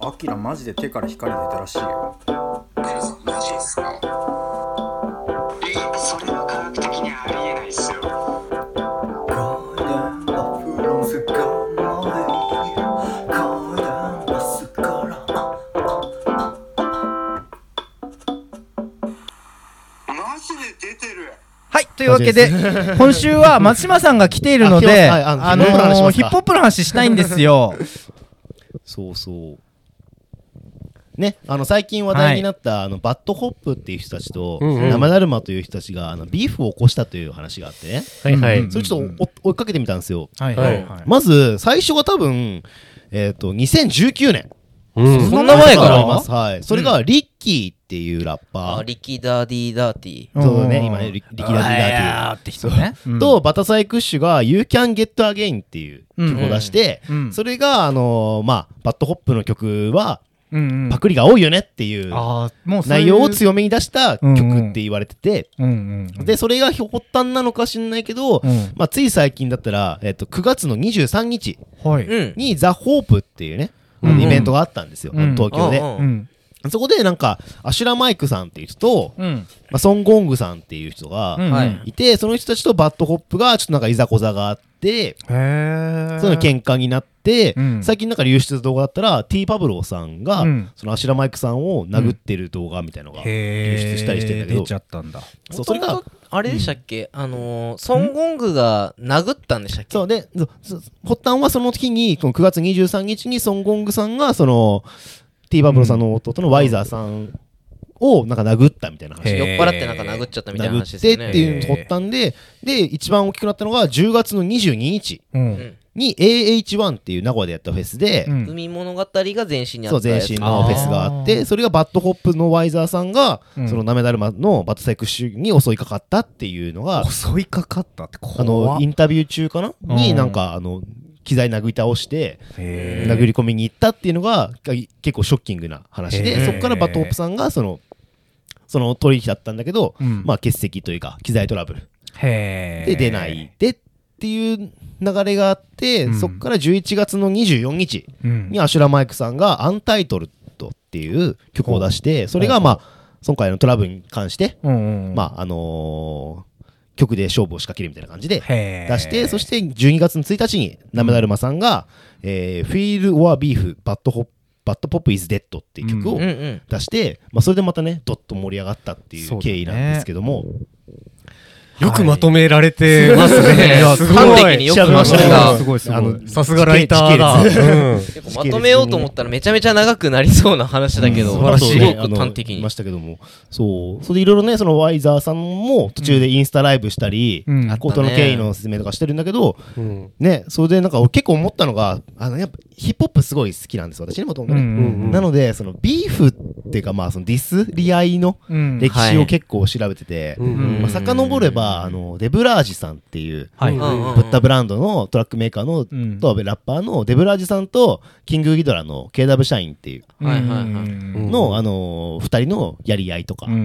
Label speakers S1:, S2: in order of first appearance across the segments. S1: アキラマジで手から光出たらしいよ
S2: アキラさんマジですかえーそれは科学的にはありえないですよマジで出てる
S3: はい、というわけで
S4: マジ、
S3: 今週は松島さんが来ているの
S4: あ来
S3: で、
S4: てますはいあの
S3: あの
S4: ヒ
S3: ー、ヒ
S4: ップホップの話しますか
S3: ップホップの話したいんですよ。
S4: そうそう。ね、あの最近話題になった、あのバッドホップっていう人たちと、
S5: うんうん
S4: 生だるまという人たちがあのビーフを起こしたという話があってね、
S5: はいはい。
S4: それちょっとお追いかけてみたんですよ。
S3: はい
S5: は
S3: はいいはい。
S4: まず最初が多分、えー、と2019年
S5: うん。
S3: そんな前から
S4: あります、はい、それがリッキーっていうラッパ
S6: あ、
S4: ー、
S6: リキダディダーティー。
S4: そうだね今ねリリキダディダーティー
S3: ーって人ね。うん
S4: と、バタサイクッシュが You Can Get Again っていう曲を出して、
S3: うんうん
S4: それが、あのーまあ、バッドホップの曲は
S3: うんうん
S4: パクリが多いよねっていう
S3: ああ、もうそういう
S4: 内容を強めに出した曲って言われてて、
S3: うんうんうん。
S4: で、それが発端なのか知んないけど、
S3: うん
S4: まあ、つい最近だったら、えっと、9月の23日
S3: はい。
S6: うん。
S4: にザ・ホープっていうね、あ
S3: うん
S4: のイベントがあったんですよ、
S3: うん
S4: 東京で、
S6: うん
S3: うん。
S4: そこでなんか、アシュラマイクさんっていう人と、
S3: うん。
S4: まあ、ソン・ゴングさんっていう人が、
S3: うん
S6: はい
S3: へ
S4: いて、その人たちとバッドホップがちょっとなんかいざこざがあって、
S3: え。
S4: その喧嘩になって、
S3: うん
S4: 最近なんか流出した動画だったら T パブローさんが、
S3: うん
S4: そのアシュラマイクさんを殴ってる動画みたいなのが流
S3: へー
S4: 出したりしてんだけど、
S3: 出ちゃったんだ。
S4: そうそれが
S6: 元々あれでしたっけ、あのー、ソン・ゴングが殴ったんでしたっけ
S4: そうでそそ発端はその日にこの9月23日にソン・ゴングさんがその T パブローさんの弟のワイザーさんをなんか殴ったみたいな話、
S3: へ
S6: 酔っ払ってなんか殴っちゃったみたいな
S4: 殴
S6: 話
S4: っ
S6: です
S4: てっ
S6: よね。
S4: ていう発端でで一番大きくなったのが10月の22日
S3: う。
S6: うんん
S4: に AH1 っていう名古屋でやったフェスで、
S3: うん
S6: 海物語が全身にあ
S4: そう
S6: った
S4: 全
S6: やつ
S4: 身のフェスがあってそれがバッドホップのワイザーさんが、
S3: うん
S4: そのナメダルマのバッドサイク主義に襲いかかったっていうのが
S3: 襲いかかったって怖
S4: あのインタビュー中かな、
S3: うん
S4: になんかあの機材殴り倒して
S3: へー
S4: 殴り込みに行ったっていうのがが結構ショッキングな話
S3: へー
S4: でそこからバッドホップさんがそのその取引だったんだけど、
S3: うん
S4: まあ欠席というか機材トラブル
S3: へー
S4: で出ないでっていう流れがあって、
S3: うん
S4: そこから11月の24日
S3: うん
S4: にアシュラマイクさんが「アンタイトルド」っていう曲を出してそれがまあ今回のトラブルに関して
S3: うんうん
S4: まああのー曲で勝負を仕掛けるみたいな感じで
S3: へー
S4: 出してそして12月の1日にナメダルマさんが「えー Feel or Beef Bad Hop Bad Pop is Dead」っていう曲を
S6: うんうん。
S4: 出してまあそれでまたねどっと盛り上がったっていう経緯なんですけども
S5: よくまとめられてますね。すご
S6: 端的に
S5: い。
S6: よくまと
S4: 調べま
S6: め
S4: した
S6: た
S4: ね
S3: すごいすごい
S4: あの
S5: さすがライターだ。
S4: 時系
S5: うん
S6: 結構まとめようと思ったらめちゃめちゃ長くなりそうな話だけ
S4: う
S6: ど、
S4: ん
S5: 素晴らしい
S6: す
S4: ね
S6: ごく端
S4: あの
S6: 的
S4: 言い
S6: に
S4: ま。したけどもそうそれでいろいろねそのワイザーさんも途中でインスタライブしたり、
S3: うんうん
S4: ことの経緯の説明とかしてるんだけど、
S5: うん
S4: ねそれでなんか俺結構思ったのがあのやっぱヒップホップすごい好きなんです私ねもともと
S3: うん
S4: ね、
S3: うん
S5: うん
S4: なのでそのビーフっていうかまあそのディスり合いの
S3: うん
S4: 歴史を結構調べてて、
S5: うん
S6: うん
S4: まあ、遡ればあのデブラージさんっていう、
S3: はい
S6: うんうんうん
S4: ブッダブランドのトラックメーカーの、
S3: うん
S4: とラッパーのデブラージさんとキングギドラの KW 社員っていう
S6: はいはいはい
S3: うん
S4: の、あのー、2人のやり合いとか、
S3: うんう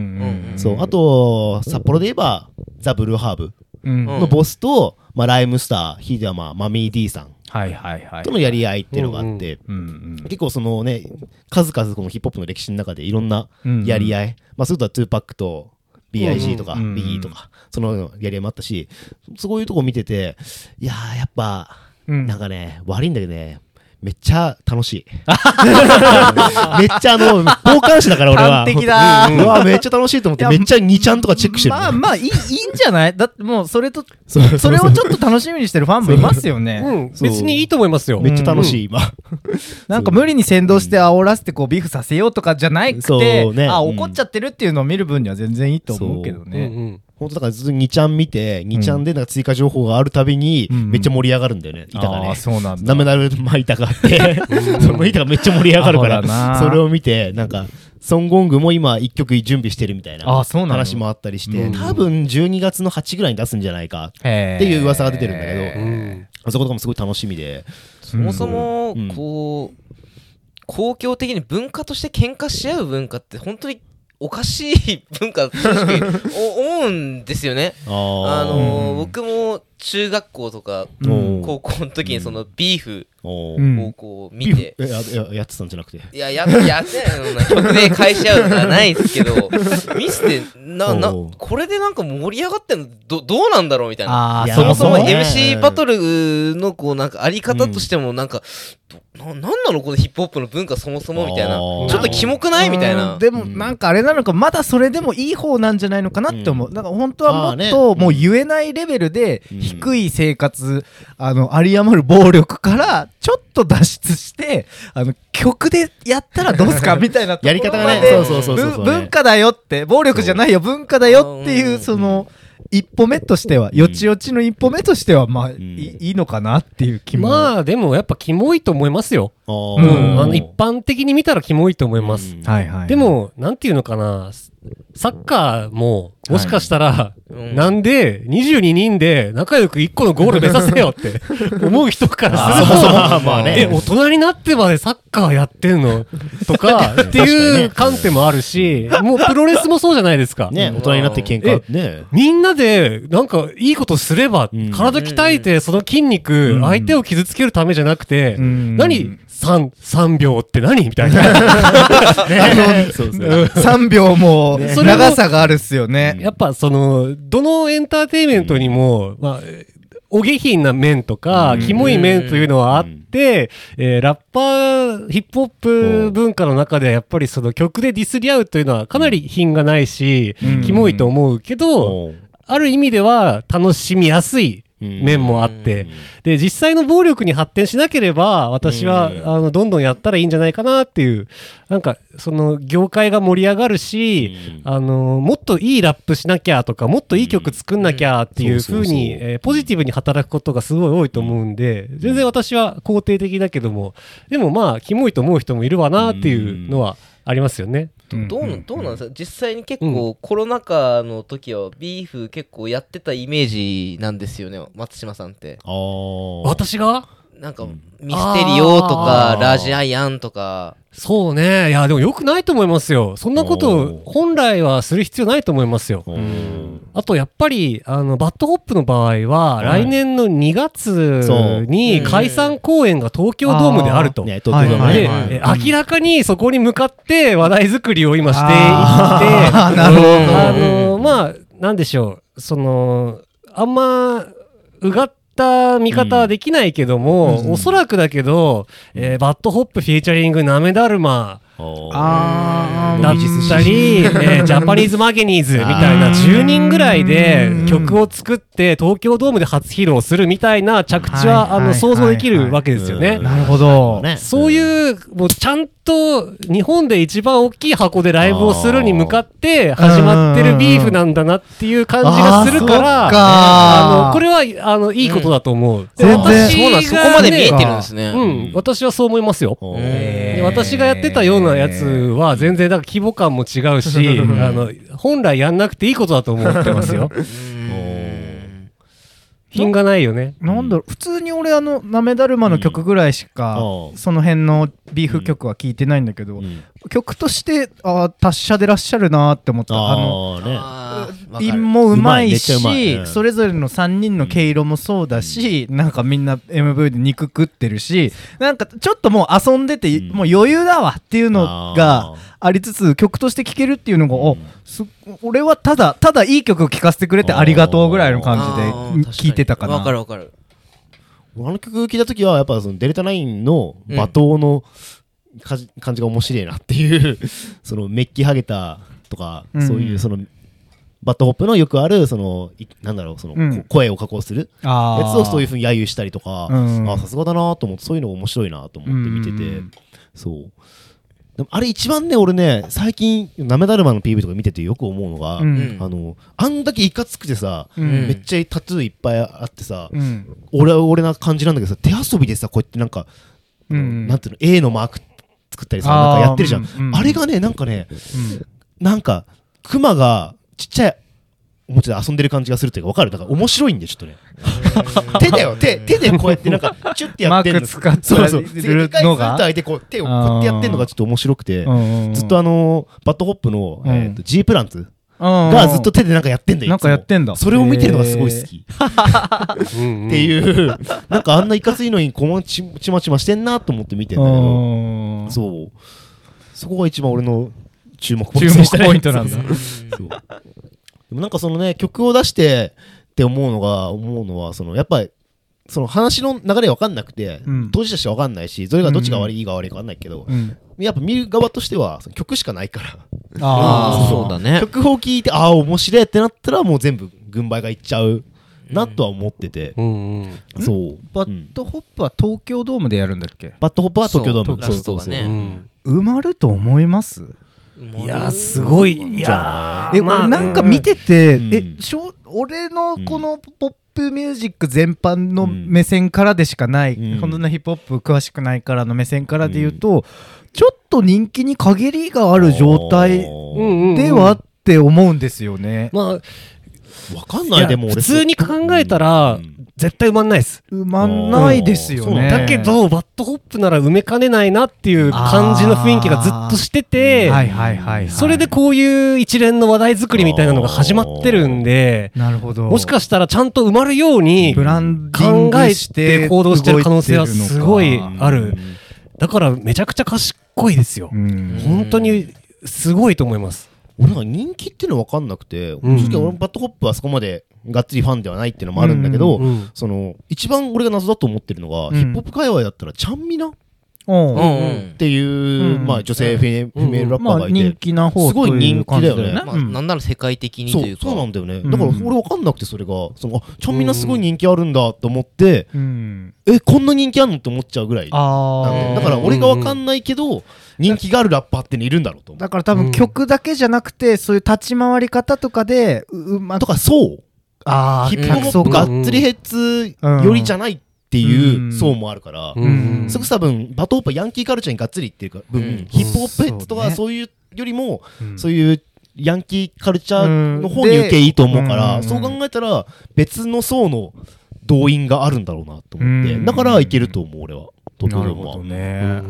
S3: ん
S4: そうあと札幌で言えばザ・ブルーハーブ
S3: うん
S6: うん
S4: のボスと、まあ、ライムスターひいては、まあ、マミー D さん
S3: はいはいはい
S4: とのやり合いっていうのがあって、
S3: うんうん
S4: 結構そのね数々このヒップホップの歴史の中でいろんなやり合い、まあ、そういうことは2パックと BIG とか
S3: うんうん
S4: BE とかそのやり合いもあったしそういうとこ見てていやーやっぱ
S3: うん
S4: なんかね、悪いんだけどね、めっちゃ 楽しい。めっちゃあの、傍観視だから俺は。
S3: 端的だ
S4: うんうわ、めっちゃ楽しいと思って、
S3: いや
S4: めっちゃ2ちゃんとかチェックしてる。
S3: まあまあいいいいんじゃないだってもうそれと
S4: そうそう
S3: それをちょっと楽しみにしてるファンもいますよね
S5: うん
S4: そう
S5: 別にいいと思いますよ。
S4: めっちゃ楽しい、今。
S3: なんか無理に先導して煽らせてこうビーフさせようとかじゃないくて、
S4: そうね
S3: あ
S4: うん
S3: 怒っちゃってるっていうのを見る分には全然いいと思うけど
S5: うんう
S3: ね。
S5: ん。
S4: 本当だからずっと2ちゃん見て、2ちゃんでなんか追加情報があるたびに、
S3: うん
S4: めっちゃ盛り上がるんだよね、板が
S3: あー
S4: ね。
S3: そうなんだ。
S4: なめなめま板があって、その板がめっちゃ盛り上がるか
S3: アホだ
S4: ら、
S3: な
S4: それを見て、なんか、ソン・ゴングも今1曲準備してるみたいな
S3: あーそうなの
S4: 話もあったりして、多分12月の8ぐらいに出すんじゃないか
S3: へー
S4: っていう噂が出てるんだけど、
S5: うん
S4: あそことかもすごい楽しみで。
S6: そもそも
S4: うん
S6: こう、公共的に文化として喧嘩し合う文化って本当におかしい文化正 直お思うんですよね。
S4: あ
S6: あ
S4: ー
S6: のー
S3: うん
S6: 僕も中学校とか
S4: うん
S6: 高校の時にそのビーフ
S4: おー
S3: うん
S6: 方向を見て、
S4: えやややってたんじゃなくて。
S6: いや、やって、やってないよな。曲で返し合うのはないですけど、ミスって、な、な
S4: おう、
S6: これでなんか盛り上がってんの、ど、どうなんだろうみたいな。
S3: あ
S4: い
S3: あ、
S4: や
S3: そ
S6: そ
S3: も
S6: もそ
S3: そ
S6: も
S3: も
S4: そうね
S6: MC バトルの、こう、なんか、あり方としても、なんか、どな、なんなのこのヒップホップの文化そもそもみたいな。
S4: あ
S6: ちょ
S4: ー
S6: っとキモくないみたいな
S3: うん。でも
S4: うん
S3: なんかあれなのかまだそれでもいい方なんじゃないのかなって思う、だから本当
S4: あ
S3: は
S4: ー
S3: もっ
S4: ね
S3: ともう言えないレベルで
S4: うん
S3: 低い生活あの有り余る暴力からちょっと脱出してあの曲でやったらどうすかみたいなところ
S4: やり方が
S3: ま
S4: ね、
S3: で
S4: そうそうそうそうそ
S3: ぶ
S4: う、
S3: 文化だよって暴力じゃないよ文化だよっていううんその一歩目としては
S4: ん
S3: よちよちの一歩目としてはまあい
S4: ん
S3: いいいのかなっていう気も、
S5: まあでもやっぱキモいと思いますよ。
S4: あ
S5: う
S4: ー
S5: ん、あの一般的に見たらキモいと思います。
S4: うん
S3: はいはい
S5: でも、なんていうのかな、サッカーも、もしかしたら、
S6: うん
S5: なんで、22人で仲良く1個のゴール目指せよって 思う人からすると、
S4: あーそもそもまあね
S5: え、大人になってまでサッカーやってんのとか、っていう観点もあるし、もうプロレスもそうじゃないですか。
S4: ね、大人になって喧嘩ね。
S5: みんなで、なんか、いいことすれば、
S4: うん
S5: 体鍛えて、その筋肉、相手を傷つけるためじゃなくて、
S3: うん
S5: 何 ?3、3秒って何みたいな。
S4: そうですね
S3: 3秒も
S5: ね
S3: 長さがあるっすよね。
S5: やっぱ、その、どのエンターテインメントにも、まあ、お下品な面とか、キモい面というのはあって、えーラッパー、ヒップホップ文化の中ではやっぱりその曲でディスり合うというのはかなり品がないし、
S3: うん
S5: キモいと思うけど、
S4: おう
S5: ある意味では楽しみやすい面もあって、で、実際の暴力に発展しなければ、私は、あの、どんどんやったらいいんじゃないかなっていう、なんか、その、業界が盛り上がるし、あの、もっといいラップしなきゃとか、もっといい曲作んなきゃっていう風
S4: そうそう
S5: に、えーポジティブに働くことがすごい多いと思うんで、全然私は肯定的だけども、でもまあ、キモいと思う人もいるわなっていうのはありますよね。
S3: うん
S6: どうなどうなんですか実際に結構コロナ禍の時はビーフ結構やってたイメージなんですよね松島さんって
S4: あー
S5: 私が
S6: なんかミステリオと
S4: あ
S6: か
S4: ー
S6: ラジアイアンとか
S5: そうね。いや、でも良くないと思いますよ。そんなことを
S4: おー
S5: 本来はする必要ないと思いますよ。
S4: おー
S5: あとやっぱり、あの、バッドホップの場合は、
S4: ん
S5: 来年の2
S4: そう
S5: 月に
S6: うん
S5: 解散公演が東京ドームであると。
S4: ね、東京が
S3: はい
S5: で、
S4: ね。
S3: はい
S5: え明らかにそこに向かって話題作りを今していって、
S3: あーなるほど
S5: あのまあ、なんでしょう、その、あんま、うがった見方はできないけども、おそらくだけど、えーバッドホップフィーチャリングなめだるま
S4: おー
S3: あ
S5: だったり、えージャパニーズマゲニーズみたいな
S3: あー
S5: 10人ぐらいで
S3: うん
S5: 曲を作って東京ドームで初披露するみたいな着地は、
S3: はい
S5: あ
S3: は
S5: の
S3: い
S5: 想像できるわけですよね。
S4: はいはい
S3: なるほど。
S4: ね
S5: そういう、もうちゃんと日本で一番大きい箱でライブをするに向かって始まってるビーフなんだなっていう感じがするから、
S3: あーそっ
S5: あ
S3: か
S5: の、これは、あの、いいことだと思う。で
S3: 全然
S5: 私
S6: そうなん
S5: が
S6: ですそこまで見えてるんです
S5: う
S6: ね
S5: ん、私はそう思いますよ。
S4: お
S6: うん
S4: ー
S5: で私がやってたようなやつは全然だから規模感も違うし、あの、本来やんなくていいことだと思ってます よ。
S6: うん
S5: 品がないよね。
S3: なんだろう普通に俺あの「なめだるま」の曲ぐらいしか、
S4: うん
S3: その辺のビーフ曲は聞いてないんだけど、
S4: うん
S3: 曲としてああ達者でらっしゃるなーって思ったあの
S4: あーね。
S6: あーわかる
S3: 韻もうまいし
S4: うまいめっちゃうまいうん
S3: それぞれの3人の毛色もそうだし、なんかみんな MV で肉食ってるしなんかちょっともう遊んでて、
S4: うん
S3: もう余裕だわっていうのが
S4: あー
S3: ありつつ曲として聴けるっていうのが、おす俺はただただいい曲を聴かせてくれてありがとうぐらいの
S6: あー
S3: 感じで
S6: 確かに
S3: 聴いてたかな。
S6: わかるわかる
S4: あの曲聴いた時は、やっぱそのデルタナインの罵倒のかじ感じが面白いなっていう、 そのメッキハゲたとか、
S3: うん
S4: そういうその、バットホップのよくある、その、いなんだろう、その、
S3: うん
S4: こ声を加工する
S3: あー
S4: やつをそういうふうに揶揄したりとか、
S3: うん
S4: あさすがだなと思ってそういうの面白いなと思って見てて、
S3: うん
S4: そうでもあれ一番ね俺ね最近なめだるまの PV とか見ててよく思うのが、
S3: うん
S4: あのあんだけいかつくてさ、
S3: うん
S4: めっちゃタトゥーいっぱいあってさ、
S3: うん
S4: 俺は俺な感じなんだけどさ手遊びでさこうやってなんか、
S3: うん
S4: なんていうの A のマーク作ったりさ
S3: あー
S4: なんかやってるじゃん、
S3: うんうん
S4: あれがねなんかね
S3: うん
S4: なんかクマがちっちゃいおもちゃで遊んでる感じがするというかわかるだから面白いんでちょっとね手だよ手手でこうやってなんかチュッてやってん の
S3: マーク使ったり
S4: そうそう
S3: するのが
S4: 正解すると相手こう手をこうやってやってんのがちょっと面白くて
S3: うん
S4: ずっとあのバッドホップの、
S3: うん
S4: えーと G プランツ
S3: あ
S4: が
S3: が
S4: ずっと手でなんかやってんだよ。
S3: なんかやってんだ
S4: いつもそれを見てるのがすごい好き。
S5: っ
S4: って
S5: う
S4: いう、なんかあんないかついのにこまちちまちましてんなと思って見てんだけど、
S3: あー
S4: そう。そこが一番俺の注目ポ
S3: 注
S4: イントでしたね
S3: 目ポイントなんだ。
S4: そうでもなんかそのね曲を出してって思うのが思うのはそのやっぱりその話の流れ分かんなくて、
S3: うん
S4: 当事者しか分かんないしどれがどっちが悪いいいが悪いか分かんないけど、
S3: うん
S4: やっぱ見る側としてはその曲しかないから
S3: あ
S6: あ
S3: ー
S6: あ、そうだね。
S4: 曲を聴いてああ面白いってなったらもう全部軍配がいっちゃうなとは思ってて、
S5: んうん
S4: そう
S3: バ
S4: う
S3: ッ
S4: ん
S3: トホップは東京ドームでやるんだっけ
S4: バッドホップは東京ドーム
S6: そうラストがね
S4: そうそ
S3: 埋
S4: う
S3: まると思います
S5: いやーすごいいやー
S3: え、
S5: ま
S3: 俺
S5: あ
S3: なんか見てて、
S4: うん
S3: えしょ俺のこのポップミュージック全般の目線からでしかない、
S4: うん
S3: こんなヒップホップ詳しくないからの目線からで言うと、ちょっと人気に限りがある状態
S5: うんうんうん
S3: ではって思うんですよね。
S5: まあ
S4: 分かんない
S5: や
S4: でも俺
S5: 普通に考えたら
S4: うん
S5: 絶対埋まんないです
S3: 埋まんないですよ
S4: そう
S3: ね。
S5: だけど、バッドホップなら埋めかねないなっていう感じの雰囲気がずっとしてて、
S3: はいはいはい、はい、
S5: それでこういう一連の話題作りみたいなのが始まってるんで、
S3: なるほど
S5: もしかしたらちゃんと埋まるように
S3: ブ、ランディン
S5: 考
S3: グ
S5: え
S3: して
S5: て行動してる可能性はすご
S3: 動て
S5: い
S3: るのか
S5: ある。だからめちゃくちゃ賢いですよ
S3: う。ん
S5: 本当にすごいと思います。
S4: 俺なんか人気っていうの分かんなくて、
S5: うん
S4: 正直俺もバッドホップはそこまでがっつりファンではないっていうのもあるんだけど、
S5: うんうん
S4: その一番俺が謎だと思ってるのが、
S3: うん
S4: ヒップホップ界隈だったらちゃんみなっ
S3: おう
S6: うんう
S4: っ
S6: ん。
S4: ていう、
S3: うん
S4: まあ、女性フェ,、
S5: うん
S4: メールラッパ
S3: ま
S4: ー
S3: あ
S4: がいて、
S3: 人気な方
S4: すごい
S3: とう感じ
S4: 人気だよね
S6: ま
S3: う
S6: あ、
S3: ん
S6: なんなら世界的にと
S4: そ
S6: いう
S4: う
S6: か。
S4: そうなんだよね、
S3: うん
S4: だから俺分かんなくてそれがそのあちゃんみなすごい人気あるんだと思って、
S3: うん、
S4: えこんな人気あるのって思っちゃうぐらい
S3: あ
S4: なんだ
S3: ー
S4: よだから俺が分かんないけど人気があるラッパーってのいるんだろうと思
S3: だから多
S5: うん
S3: 分曲だけじゃなくてそういう立ち回り方とかでううま
S4: うとかそう
S3: あ
S4: ヒ
S3: ー
S4: ップホ
S3: 客
S4: ッ
S3: 層
S4: プ
S3: が
S4: がっつりヘッズよりじゃないって
S3: う
S4: いうん層もあるから、
S5: うん
S3: うん
S4: それこそ多分バトープはヤンキーカルチャーにがっつりいってるから、
S6: うん
S4: ヒップホップヘッズと
S3: そう
S4: か
S3: ね
S4: そういうよりも、
S3: うん
S4: そういうヤンキーカルチャーの方に受けいいと思うから、
S3: うんで
S4: そう考えたら別の層の動員があるんだろうなと思って、
S3: うん
S4: だからいけると思う俺は。と
S3: なるほどね、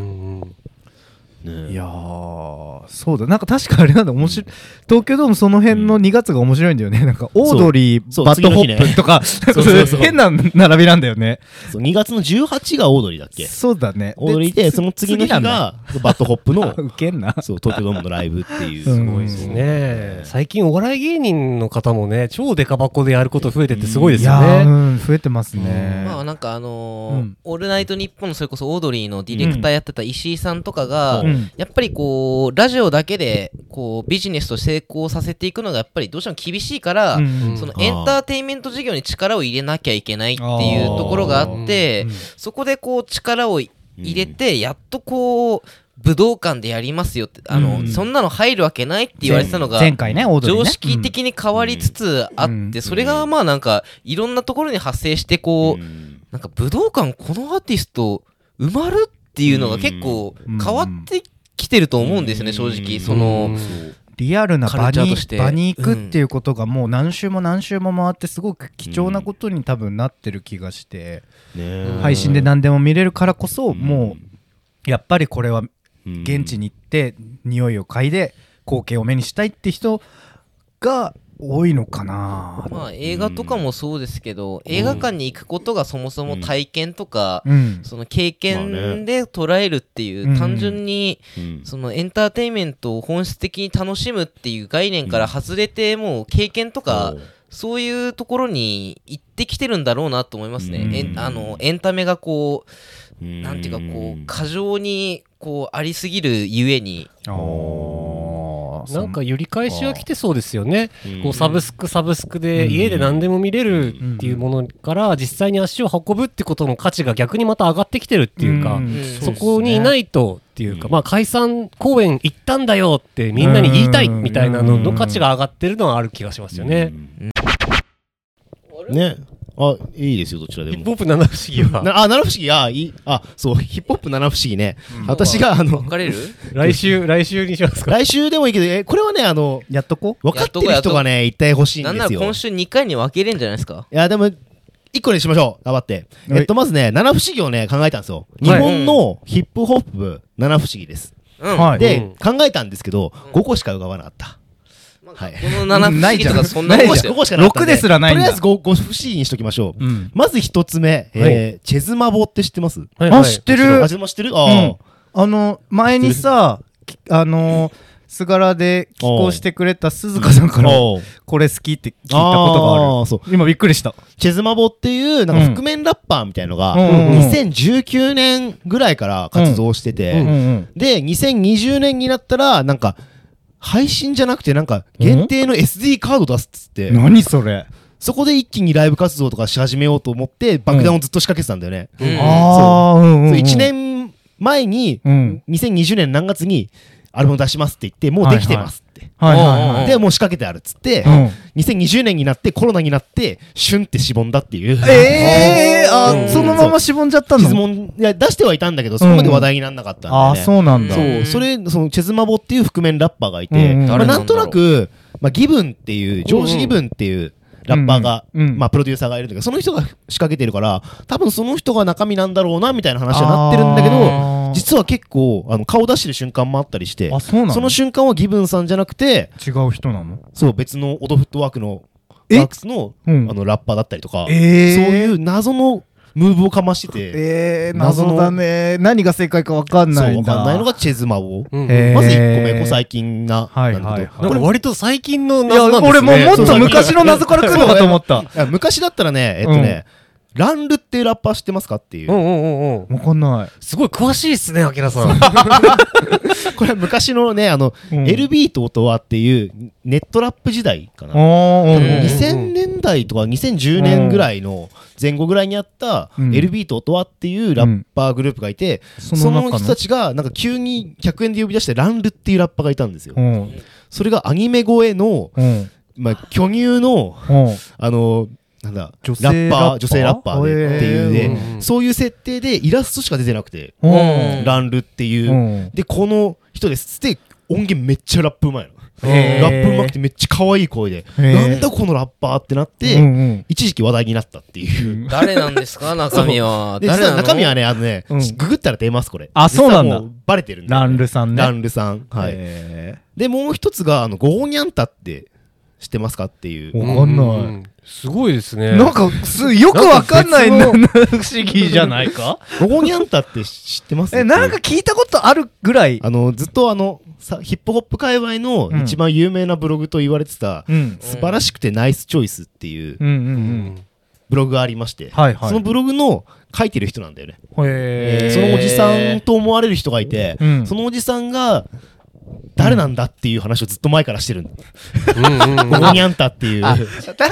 S4: ね
S3: いやーそうだなんか確かあれなんだ面白い東京ドームその辺の2月が面白いんだよねなんかオードリー
S4: そう
S3: バッドホッ
S4: そう次の日ね
S3: プとかなんか
S4: そうそうそ う
S3: 変な並びなんだよね
S4: そう2月の18がオードリーだっけ
S3: そうだね
S4: オードリーでその次の日がバッドホッ プの
S3: ウケんな
S4: そう東京ドームのライブっていう。
S3: うん
S5: ですね最近お笑い芸人の方もね超デカ箱でやること増えてってすごいです
S3: い
S5: よ
S3: や
S5: ね
S3: ー、。うん、増えてますね、
S6: まあなんかあのー
S3: うん
S6: オールナイトニッポンのそれこそオードリーのディレクターやってた石井さんとかが、
S3: うん
S6: やっぱりこうラジオだけでこうビジネスと成功させていくのがやっぱりどうしても厳しいから、
S3: うん
S6: そのエンターテインメント事業に力を入れなきゃいけないっていうところがあってそこでこう力を入れてやっとこう武道館でやりますよってあの、
S3: うん
S6: そんなの入るわけないって言われてたのが
S3: 前回ねオードリー、ね、
S6: 常識的に変わりつつあって、
S3: うん
S6: それがまあなんかいろんなところに発生してこう、
S4: うん
S6: なんか武道館このアーティスト埋まるっていうのが結構
S3: うん
S6: 変わってきてると思うんですよね、
S4: うん
S6: 正直その、
S5: うん
S3: リアルな
S6: カ
S3: 場
S6: ルチャー
S3: に
S6: として
S3: 場に行くっていうことがもう何周も何周も回ってすごく貴重なことに多分なってる気がして、
S4: ね
S6: うん
S3: 配信で何でも見れるからこそ、
S4: ん
S3: もうやっぱりこれは現地
S4: に
S3: に行って匂いを嗅いで光景を目にしたいって人が多いのかな、
S6: まあ映画とかもそうですけど、映画館に行くことがそもそも体験とか、
S3: うん
S6: その経
S4: まあね
S6: 験で捉えるっていう、
S3: うん
S6: 単純にそのエンターテインメントを本質的に楽しむっていう概念から外れて、もう経験とか、そういうところに行ってきてるんだろうなと思いますね。
S4: うん
S6: えんあのエンタメがこう、
S4: な
S6: なんていうかこう、過剰にこうありすぎるゆえに、
S3: あー
S5: なんか揺り返しは来てそうですよね、
S4: うん
S5: こうサブスクサブスクで
S3: うん
S5: 家で何でも見れるっていうものから実際に足を運ぶってことの価値が逆にまた上がってきてるっていうか、
S6: ん
S5: そこにいないいとっていうか、
S4: うん
S5: まあ解散公演行ったんだよってみんなに言いたいみたいなのの価値が上がってるのはある気がしますよね。。
S4: ね。あ、いいですよ、どちらで
S5: ヒッ
S4: も。
S5: プホップ七不思議は
S4: なあ、七不思議、あ、いい。あ、そう、ヒップホップ七不思議ね。私が、あの
S6: 分、かれる
S5: 来週来週にしますか。
S4: 来週でもいいけど、え、これはね、あの、
S3: やっとこう
S4: 分かってる人がね、言ってほしいん
S6: なん
S4: で
S6: な
S4: す
S6: ら
S4: よ。
S6: 今
S4: い
S6: 週2回に分けれんじゃないですか。
S4: や、でも、一個にしましょう。頑張って。
S3: はい
S4: えっと、まずね、七不思議をね、考えたんですよ。日
S5: はい
S4: 本のヒップホップ七不思議です。
S6: うん、
S3: はい
S4: で
S5: うん、
S4: 考えたんですけど、5個しか浮かばなかった。
S6: まあ
S4: はい
S6: この7不思議とかそんなもん
S3: ない
S6: で
S3: じ
S6: す
S3: ゃ
S4: 5
S6: よ
S4: 個しかなかったん
S3: 6ですらないん
S4: と
S3: だ
S4: りあえず 5, 5不思議にしときましょう。
S3: うん
S4: まず一つ目、えーチェズマボって知ってます
S5: はい
S3: あ、知ってる
S4: あ、知ってるあー、
S3: あの前にさきあのすがらで寄稿してくれた鈴鹿さんから
S4: おう
S3: これ好きって聞いたことがあ
S4: ーそう
S3: る今びっくりした
S4: チェズマボっていうなんか覆面ラッパーみたいのが、
S3: うんうんうん
S4: 2019年ぐらいから活動してて、
S3: うんうん
S4: で2020年になったらなんか配信じゃなくてなんか限定の SD カード出すっつって、
S3: 何それ
S4: そこで一気にライブ活動とかし始めようと思って爆弾をずっと仕掛けてたんだよね、
S6: うん
S3: ああうんうんうん
S4: そう1年前に、
S3: うん
S4: 2020年何月にアルバム出しますって言ってもうできてますって、
S3: はいはいはい
S4: でもう仕掛けてあるっつって、
S3: うん
S4: 2020年になってコロナになってシュンってしぼんだっていう
S3: ええ
S6: う
S3: あ
S6: ん
S3: そのまましぼんじゃった
S4: チェ
S3: の
S4: ズモンいや出してはいたんだけどそこまで話題にならなかったんだ
S3: あ
S4: よ
S3: あ
S4: ね、
S3: そうなんだ
S6: そう
S4: そうそれそのチェズマボっていう覆面ラッパーがいて、
S3: うんうん
S4: まあ
S6: 誰
S4: な
S6: なんん
S4: と
S6: だろう
S4: なく、まあ、ギブンっていうジョージ・ギブンっていうラッパーが、
S3: うんうん
S4: まあ、プロデューサーがいるんだけどその人が仕掛けてるから多分その人が中身なんだろうなみたいな話にはなってるんだけど
S3: あー
S4: 実は結構あの顔出してる瞬間もあったりして
S3: あそうなの
S4: その瞬間はギブンさんじゃなくて
S3: 違う人なの
S4: そう別のオドフットワークの
S3: え
S4: ワークスの,、
S3: うん
S4: あのラッパーだったりとか、
S3: えー
S4: そういう謎のムーブをかましてて。
S3: ええ
S4: 謎の
S3: 謎だね何が正解かわかん
S4: そ
S3: な
S4: う
S3: いん
S4: わ
S3: だ
S4: かんないのがチェズマボ、
S5: うん
S3: へー
S4: まず1個目こう最近な
S3: はい
S4: なんだけど
S3: はい
S5: なんか割と最近の
S3: いや
S5: 謎なんです
S3: 俺
S5: ね。
S3: もうもっ
S5: そ
S3: と
S5: う
S3: 昔の謎から来るのかと思ったわ
S4: いや昔だったらねえっとね、ランルっていうラッパー知ってますかっていう、
S5: うんうんうんうん。
S3: かんない
S5: すごい詳しいっすね、アキラさん。
S4: これは昔のねあの、
S3: うん
S4: LB と音はっていうネットラップ時代かな、
S3: あーうんうん
S4: 2000年代とか2010年ぐらいの前後ぐらいにあった
S3: うん
S4: LB と音はっていうラッパーグループがいて、
S3: そ
S4: そ
S3: の
S4: の
S3: 中の
S4: 人たちがなんか急に100円で呼び出してランルっていうラッパーがいたんですよ、
S3: うん
S4: それがアニメ声の、
S3: うん
S4: まあ、巨乳の
S3: うん
S4: あのなんだ
S3: 女性
S4: ラッパ
S3: ラッパー
S4: ー女性ラッパーでっていう
S3: へ
S4: ね
S5: ー、うん
S4: そういう設定でイラストしか出てなくて、
S3: うん
S4: ランルっていう、
S3: うん
S4: でこの人ですで音源めっちゃラップうまいの、
S3: へー
S4: ラップうまくてめっちゃ可愛い声で、
S3: ー
S4: なんだこのラッパーってなって、
S3: うんうん
S4: 一時期話題になったっていう、
S6: 誰なんですか中身は
S4: で実
S6: 誰な
S4: は
S6: の
S4: 中身はねあのね、
S3: うん
S4: ググったら出ますこれ
S3: あそうなんだ
S4: 実はもバレてるんだよ
S3: ランルさんね
S4: ランルさんはい、
S3: え
S4: でもう一つがあのゴーニャンタって知ってますかっていう
S3: ーわかん
S5: う
S3: ない
S5: んすごいですね。
S3: なんかすよくわかんないな
S5: な
S3: ん 不思議じゃないか
S4: ゴーニャンタって知ってます
S3: えなんか聞いたことあるぐらい
S4: あのずっとあのさヒップホップ界隈の
S3: うん
S4: 一番有名なブログと言われてた、
S3: うん
S4: 素晴らしくてナイスチョイスっていう
S3: うんうんう
S5: うんん
S4: ブログがありまして、
S3: はいはい
S4: そのブログの書いてる人なんだよね、
S3: へ
S4: そのおじさんと思われる人がいて、
S3: うん
S4: そのおじさんが誰なんだっていう話をずっと前からしてるんだ、
S5: うんうん
S4: ゴーニャンタっていう
S3: あなん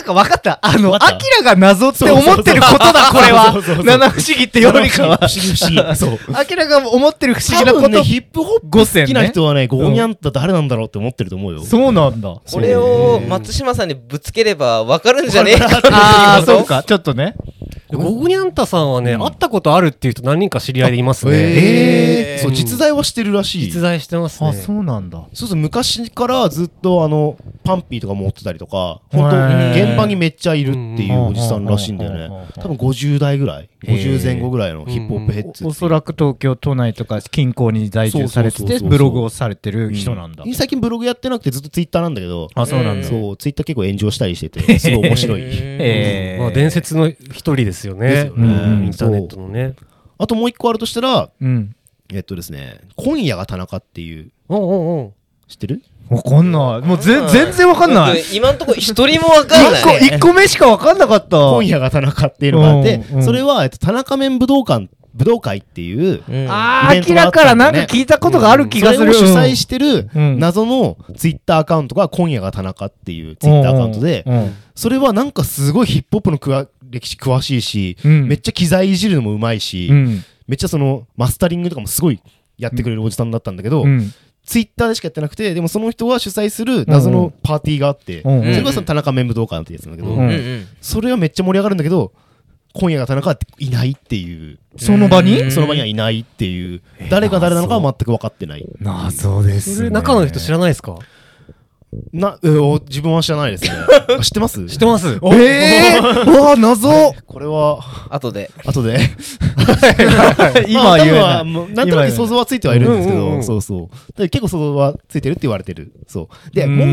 S3: か分かったあの
S4: わかった
S3: アキラが謎って思ってることだこれ
S4: そうそうそうそ
S3: は
S4: う
S3: 七不思議ってよりかは
S4: 不思議不思議不思議そう
S3: アキラが思ってる不思
S4: 多
S3: 議なこ
S4: 分ね
S3: と
S4: ヒップホップ
S3: 5選
S4: 好きな人はね、ゴ
S3: ん
S4: ーニャンタ誰なんだろうって思ってると思うよ
S3: そうなんだ
S6: これを松島さんにぶつければ分かるんじゃねえかっていう
S3: ああ
S6: こと
S3: そうかちょっとね
S5: ゴゴニャンタさんはね、会ったことあるっていう人何人か知り合いでいますね。
S4: え
S6: え
S4: ーそう実在はしてるらしい
S5: 実在してますね。
S3: うなんだ
S4: そうそう昔からずっとあのパンピーとか持ってたりとか本当
S3: へー
S4: 現場にめっちゃいるっていうおじさんらしいんだよ
S3: うんうんうんうん
S4: ね多分50代ぐらい50前後ぐらいのヒップホップヘッズ
S3: おおそらく東京都内とか近郊に在住されて
S4: そうそう
S3: て
S4: そうそう
S3: ブログをされてる人なんだ、
S4: 最近ブログやってなくてずっとツイッターなんだけど
S3: あそうなんだ、
S4: そうツイッター結構炎上したりしててすごい面白
S6: う
S4: い
S6: ん
S3: えー
S5: まあ伝説の一人ですよ
S4: ですよ
S5: ね。うん
S4: ね
S5: インターネットのね。
S4: あともう一個あるとしたら
S3: うん
S4: えっとですね今夜が田中っていう
S5: うんうんうん。
S4: 知ってる
S3: わかんないもうぜ
S6: うん
S3: 全然わかんない
S6: 僕今んとこ一人も分かん
S3: 1
S6: ない
S3: 個一個目しかわかんなかった
S4: 今夜が田中っていうのがあっ
S3: うんう
S4: て
S3: ん
S4: それはえっと田中面武道館武道会っていう
S6: うん
S3: ああ
S4: イベン
S3: 明
S4: トがあ
S3: ら
S4: ったん
S3: から
S4: だよね
S3: なんか聞いたことがある気がする
S4: それを主催
S3: し
S4: してる
S3: うん
S4: 謎のツイッターアカウントが今夜が田中っていうツイッターアカウントでそれはなんかすごいヒップホップのくわ歴史詳しいし
S3: うん
S4: めっちゃ機材いじるのもうまいし
S3: うん
S4: めっちゃそのマスタリングとかもすごいやってくれるおじさんだったんだけど
S3: うん
S4: ツイッターでしかやってなくてでもその人が主催する謎のパーティーがあってそ
S3: うん
S4: れがその田中面武道館ってやつなんだ
S3: う
S4: けど
S3: ん
S6: うんうん
S4: それはめっちゃ盛り上がるんだけど今夜が田中はいないっていう
S3: その場
S6: う
S3: に
S6: ん
S4: その場にはいないっていう誰が誰なのかは全く分かってない
S3: 謎で
S5: それ中の人知らないですか
S4: な、えお自分は知らないですね。知ってます
S5: 知ってます
S3: ええー、わあ、 謎
S4: これは、
S6: 後で。
S4: 後で。
S3: 今言え
S4: まあ多分は
S3: ない。
S4: もうなんとなく想像はついてはいるんですけ
S5: うんうんうん
S4: ど、そうそう。だから結構想像はついてるって言われてる。そう。で、
S3: うー
S4: もう、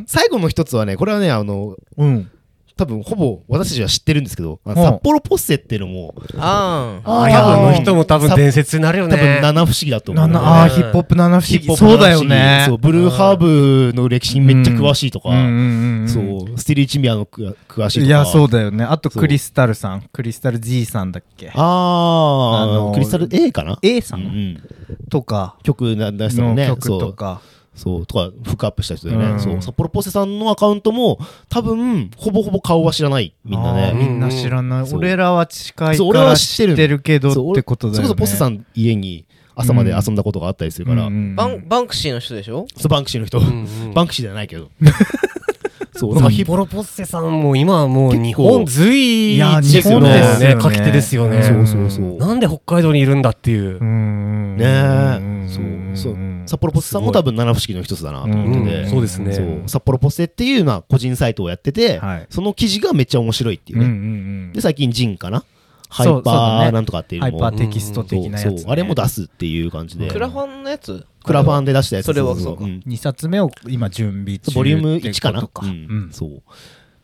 S3: ん
S4: 最後の一つはね、これはね、あの、
S3: うん。
S4: 多分ほぼ私たちは知ってるんですけど、あ
S3: うん
S4: 札幌ポッセっていうのも、
S6: あーん。
S4: ー
S5: ああ、
S4: 多
S5: や
S4: 分
S5: の人も多分伝説になるよ
S4: 多分
S5: ね。
S4: 七不思議だと思う。
S3: な
S6: あ
S3: なあーヒップホップ七不
S4: ヒ
S3: 思
S4: ップ
S3: 議
S4: ホップの
S3: そうだ
S4: 話
S3: よね
S4: そう、ブルーハーブの歴史にめっちゃ詳しいとか、
S3: うんうんうん
S4: そう、スティリーチミアのくわ詳しいとか。。
S3: いやそううだよねあと
S4: そう
S3: クリスタルさんクリスタル G さんだっけ
S4: あ
S3: あ
S4: ー、
S3: のー
S4: クリスタル A かな
S3: A さ
S4: うんん。
S3: とか
S4: 曲な出したの
S3: の
S4: ね。
S3: 曲
S4: そう
S3: とか
S4: そう、とか、フックアップした人だよね。
S3: うん
S4: そう、札幌ポセさんのアカウントも、多分、ほぼほぼ顔は知らない、みんな
S3: あー
S4: ね。
S3: みんな知らない
S4: そう
S3: 俺らは近い
S4: そう
S3: か
S4: 俺は
S3: ら
S4: 知って
S3: 知
S4: る
S3: ってるけど
S4: そう
S3: ってことだよね
S4: それこそポセさ
S3: ん
S4: ん家に朝まで遊んだことがあったりするから、
S6: バン、バンクシーの人でしょ
S4: そう、バンクシーの人、
S5: うんうん
S4: バンクシーじゃな いけど。そう、なんかヒ
S5: ヒ
S4: ップ
S5: ポロポッセさんも今はもう
S4: 結構
S5: 日本随
S3: いや日
S5: 一
S3: 本
S5: の
S3: ですよね
S5: 書き手ですよね。
S4: そうそうそう。
S5: なんで北海道にいるんだっていう。
S3: ね
S4: ねえ。そう、そう。札幌ポセさんも多分七不思議の一つだな、と思ってて。
S5: そうですね。
S4: そう札幌ポセっていうのは個人サイトをやってて、
S3: はい
S4: その記事がめっちゃ面白いっていう
S3: うんう
S4: ね、
S3: ん
S4: で最近ジンかなハ
S3: そう
S4: イ
S3: そう
S4: パ
S3: だ
S4: ー
S3: ね
S4: なんとかって
S3: う
S4: い
S3: んハ
S4: うの
S3: イ
S4: も
S3: パーテキスト的なやつね
S4: そうそうあれも出すっていう感じで
S6: クラファンのやつ
S4: クラファンで出したやつ
S6: それは
S4: う
S6: そうか
S4: ん
S3: 2冊目を今準備中
S4: ボリューム1かな
S3: ってこと
S4: う
S3: うんん
S4: そうっ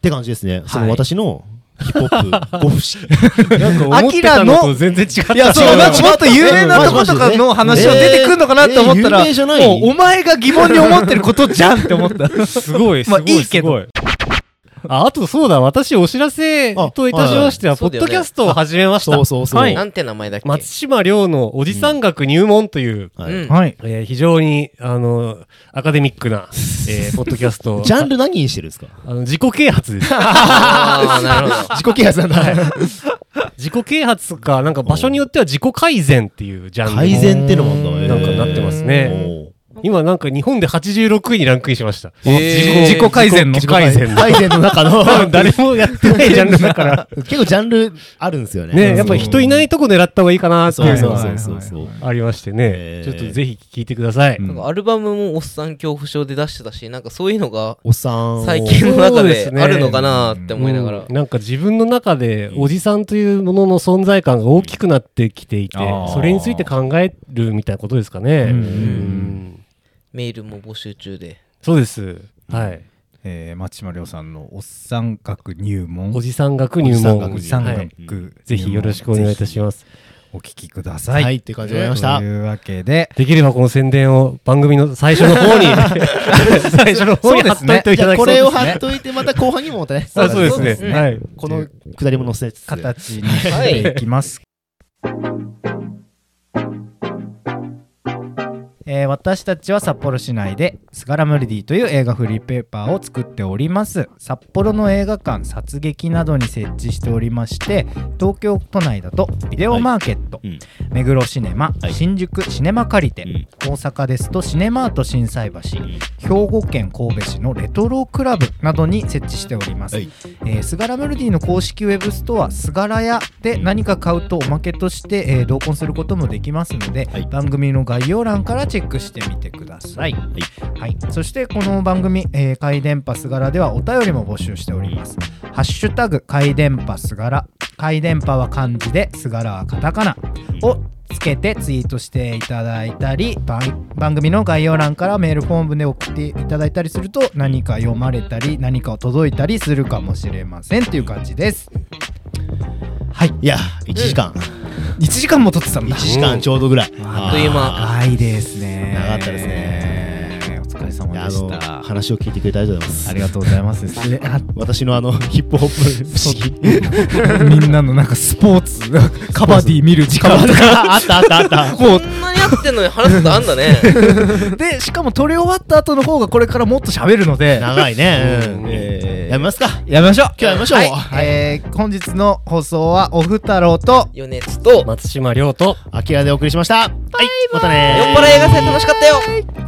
S4: て感じですね、そ
S3: は
S4: の
S3: い
S4: 私のヒップホッ プご不思議
S5: なんか思ってたのと全然違った。
S3: いや、そう、なんかもっと有名なとこと
S4: マジ
S3: か
S4: でね
S3: の話は出てくるのかなって思った
S4: えー
S3: ら、
S4: 有名じゃない
S3: もうお前が疑問に思ってることじゃんって思った。
S5: すごい、す
S3: ま
S5: ご
S3: あ
S5: い、すごい。
S3: いいけど
S5: あ、あとそうだ、私お知らせといたしましては、
S6: あは
S5: ポ
S6: い
S5: ッドキャストを始めまし
S4: そ
S5: た
S4: う。そうそう、
S3: はい
S6: なんて名前だっけ
S5: 松島亮のおじさん学入門という、
S4: はい
S6: うん
S3: はい。
S5: えー非常に、あの、アカデミックな、えーポッドキャスト。
S4: ジャンル何にしてるんですか
S5: あの自己啓発です。
S6: あーなるほど。
S4: 自己啓発なんだ
S5: 自己啓発か、なんか場所によっては自己改善っていうジャンル。
S4: 改善ってのもあんだえー
S5: なんかなってますね
S4: おー
S5: 今なんか日本で86位にランクインしました。
S3: 自己改善の
S5: 自己改善の。
S4: 改善の中の
S5: 多分 誰もやってないジャンルだから。
S4: 結構ジャンルあるんですよね
S5: ね、やっぱり人いないとこ狙った方がいいかなって
S4: そう
S5: いうの
S4: そう
S5: は
S4: そうそうそう
S5: ありまして
S4: え
S5: ね。
S4: ー
S5: ちょっとぜひ聞いてください。
S6: なんかアルバムもおっさん恐怖症で出してたし、なんかそういうのが
S4: おっさんを
S6: 最近の中
S5: そうで
S6: です
S5: ね
S6: あるのかなって思いながら
S5: うん。なんか自分の中でおじさんというものの存在感が大きくなってきていて
S3: うんあー
S5: それについて考えるみたいなことですかね、
S3: うん
S5: うん
S6: メールも募集中で。
S5: そうですはい
S3: えー、松丸亮さんのおっさん学入門。
S5: おじさん学入門
S3: おじさん
S5: は
S3: 学
S5: い
S3: 入門
S5: ぜひよろしくお願いいたします
S3: お聞きください。
S4: はいって感じでございました
S3: というわけで、
S5: できればこの宣伝を番組の最初の方に最初の方に貼っといていただき
S4: こ
S5: たい
S4: れ
S5: と
S4: を
S5: 思います
S4: 貼っといてまた後半にもまたね
S5: あ そうです
S6: そうで
S5: ね
S6: すね
S5: はい
S4: この下りも載せつつ
S3: 形にしていきます。えー私たちは札幌市内で「スガラムルディ」という映画フリーペーパーを作っております札幌の映画館殺撃などに設置しておりまして東京都内だとビデオマーケット、
S4: うん
S3: 目黒シネマ、
S4: はい
S3: 新宿シネマ借りて、
S4: うん
S3: 大阪ですとシネマート心斎橋、
S4: ん
S3: 兵庫県神戸市のレトロクラブなどに設置しております、
S4: はい
S3: えー、スガラメロディの公式ウェブストア「スガラ屋」で何か買うとおまけとして、えー同梱することもできますので、
S4: はい
S3: 番組の概要欄からチェックしてみてください、はいそしてこの番組「えー、回電波すがら」ではお便りも募集しております「ハッシュタグ回電波すがら」回電波は漢字で「すがら」はカタカナをつけてツイートしていただいたり番番組の概要欄からメールフォームで送っていただいたりすると何か読まれたり何かを届いたりするかもしれませんっていう感じですはい
S4: いや1時間
S3: 1時間も撮ってたんだ
S4: 1時間ちょうどぐらい
S3: あ
S6: っという間
S4: あ
S3: 長いですね
S4: 長かったですね
S3: お疲れ
S4: ー
S3: 様
S4: あ
S3: でし
S4: の
S3: たあ
S4: 話を聞いてくれてありがとうございます
S3: りがとうございますすあ
S4: 私のあのヒップホップ不思 議
S3: みんなのなんかスポーツカバディ見る時間とか
S4: あったあったあった
S3: も
S6: こんなにやってんのに話すことあんだ ね。
S3: うでしかも撮り終わった後の方がこれからもっと喋るので
S4: 長いね
S5: うん
S4: うんえーやめますか
S3: やめましょう
S4: 今日やめましょう
S3: はいえー本日の放送はおふ太郎と
S6: 余熱と、酔っ
S5: 松島亮と
S4: アキラでお送りしましたはいまたね
S6: 払い映画祭楽しかったよ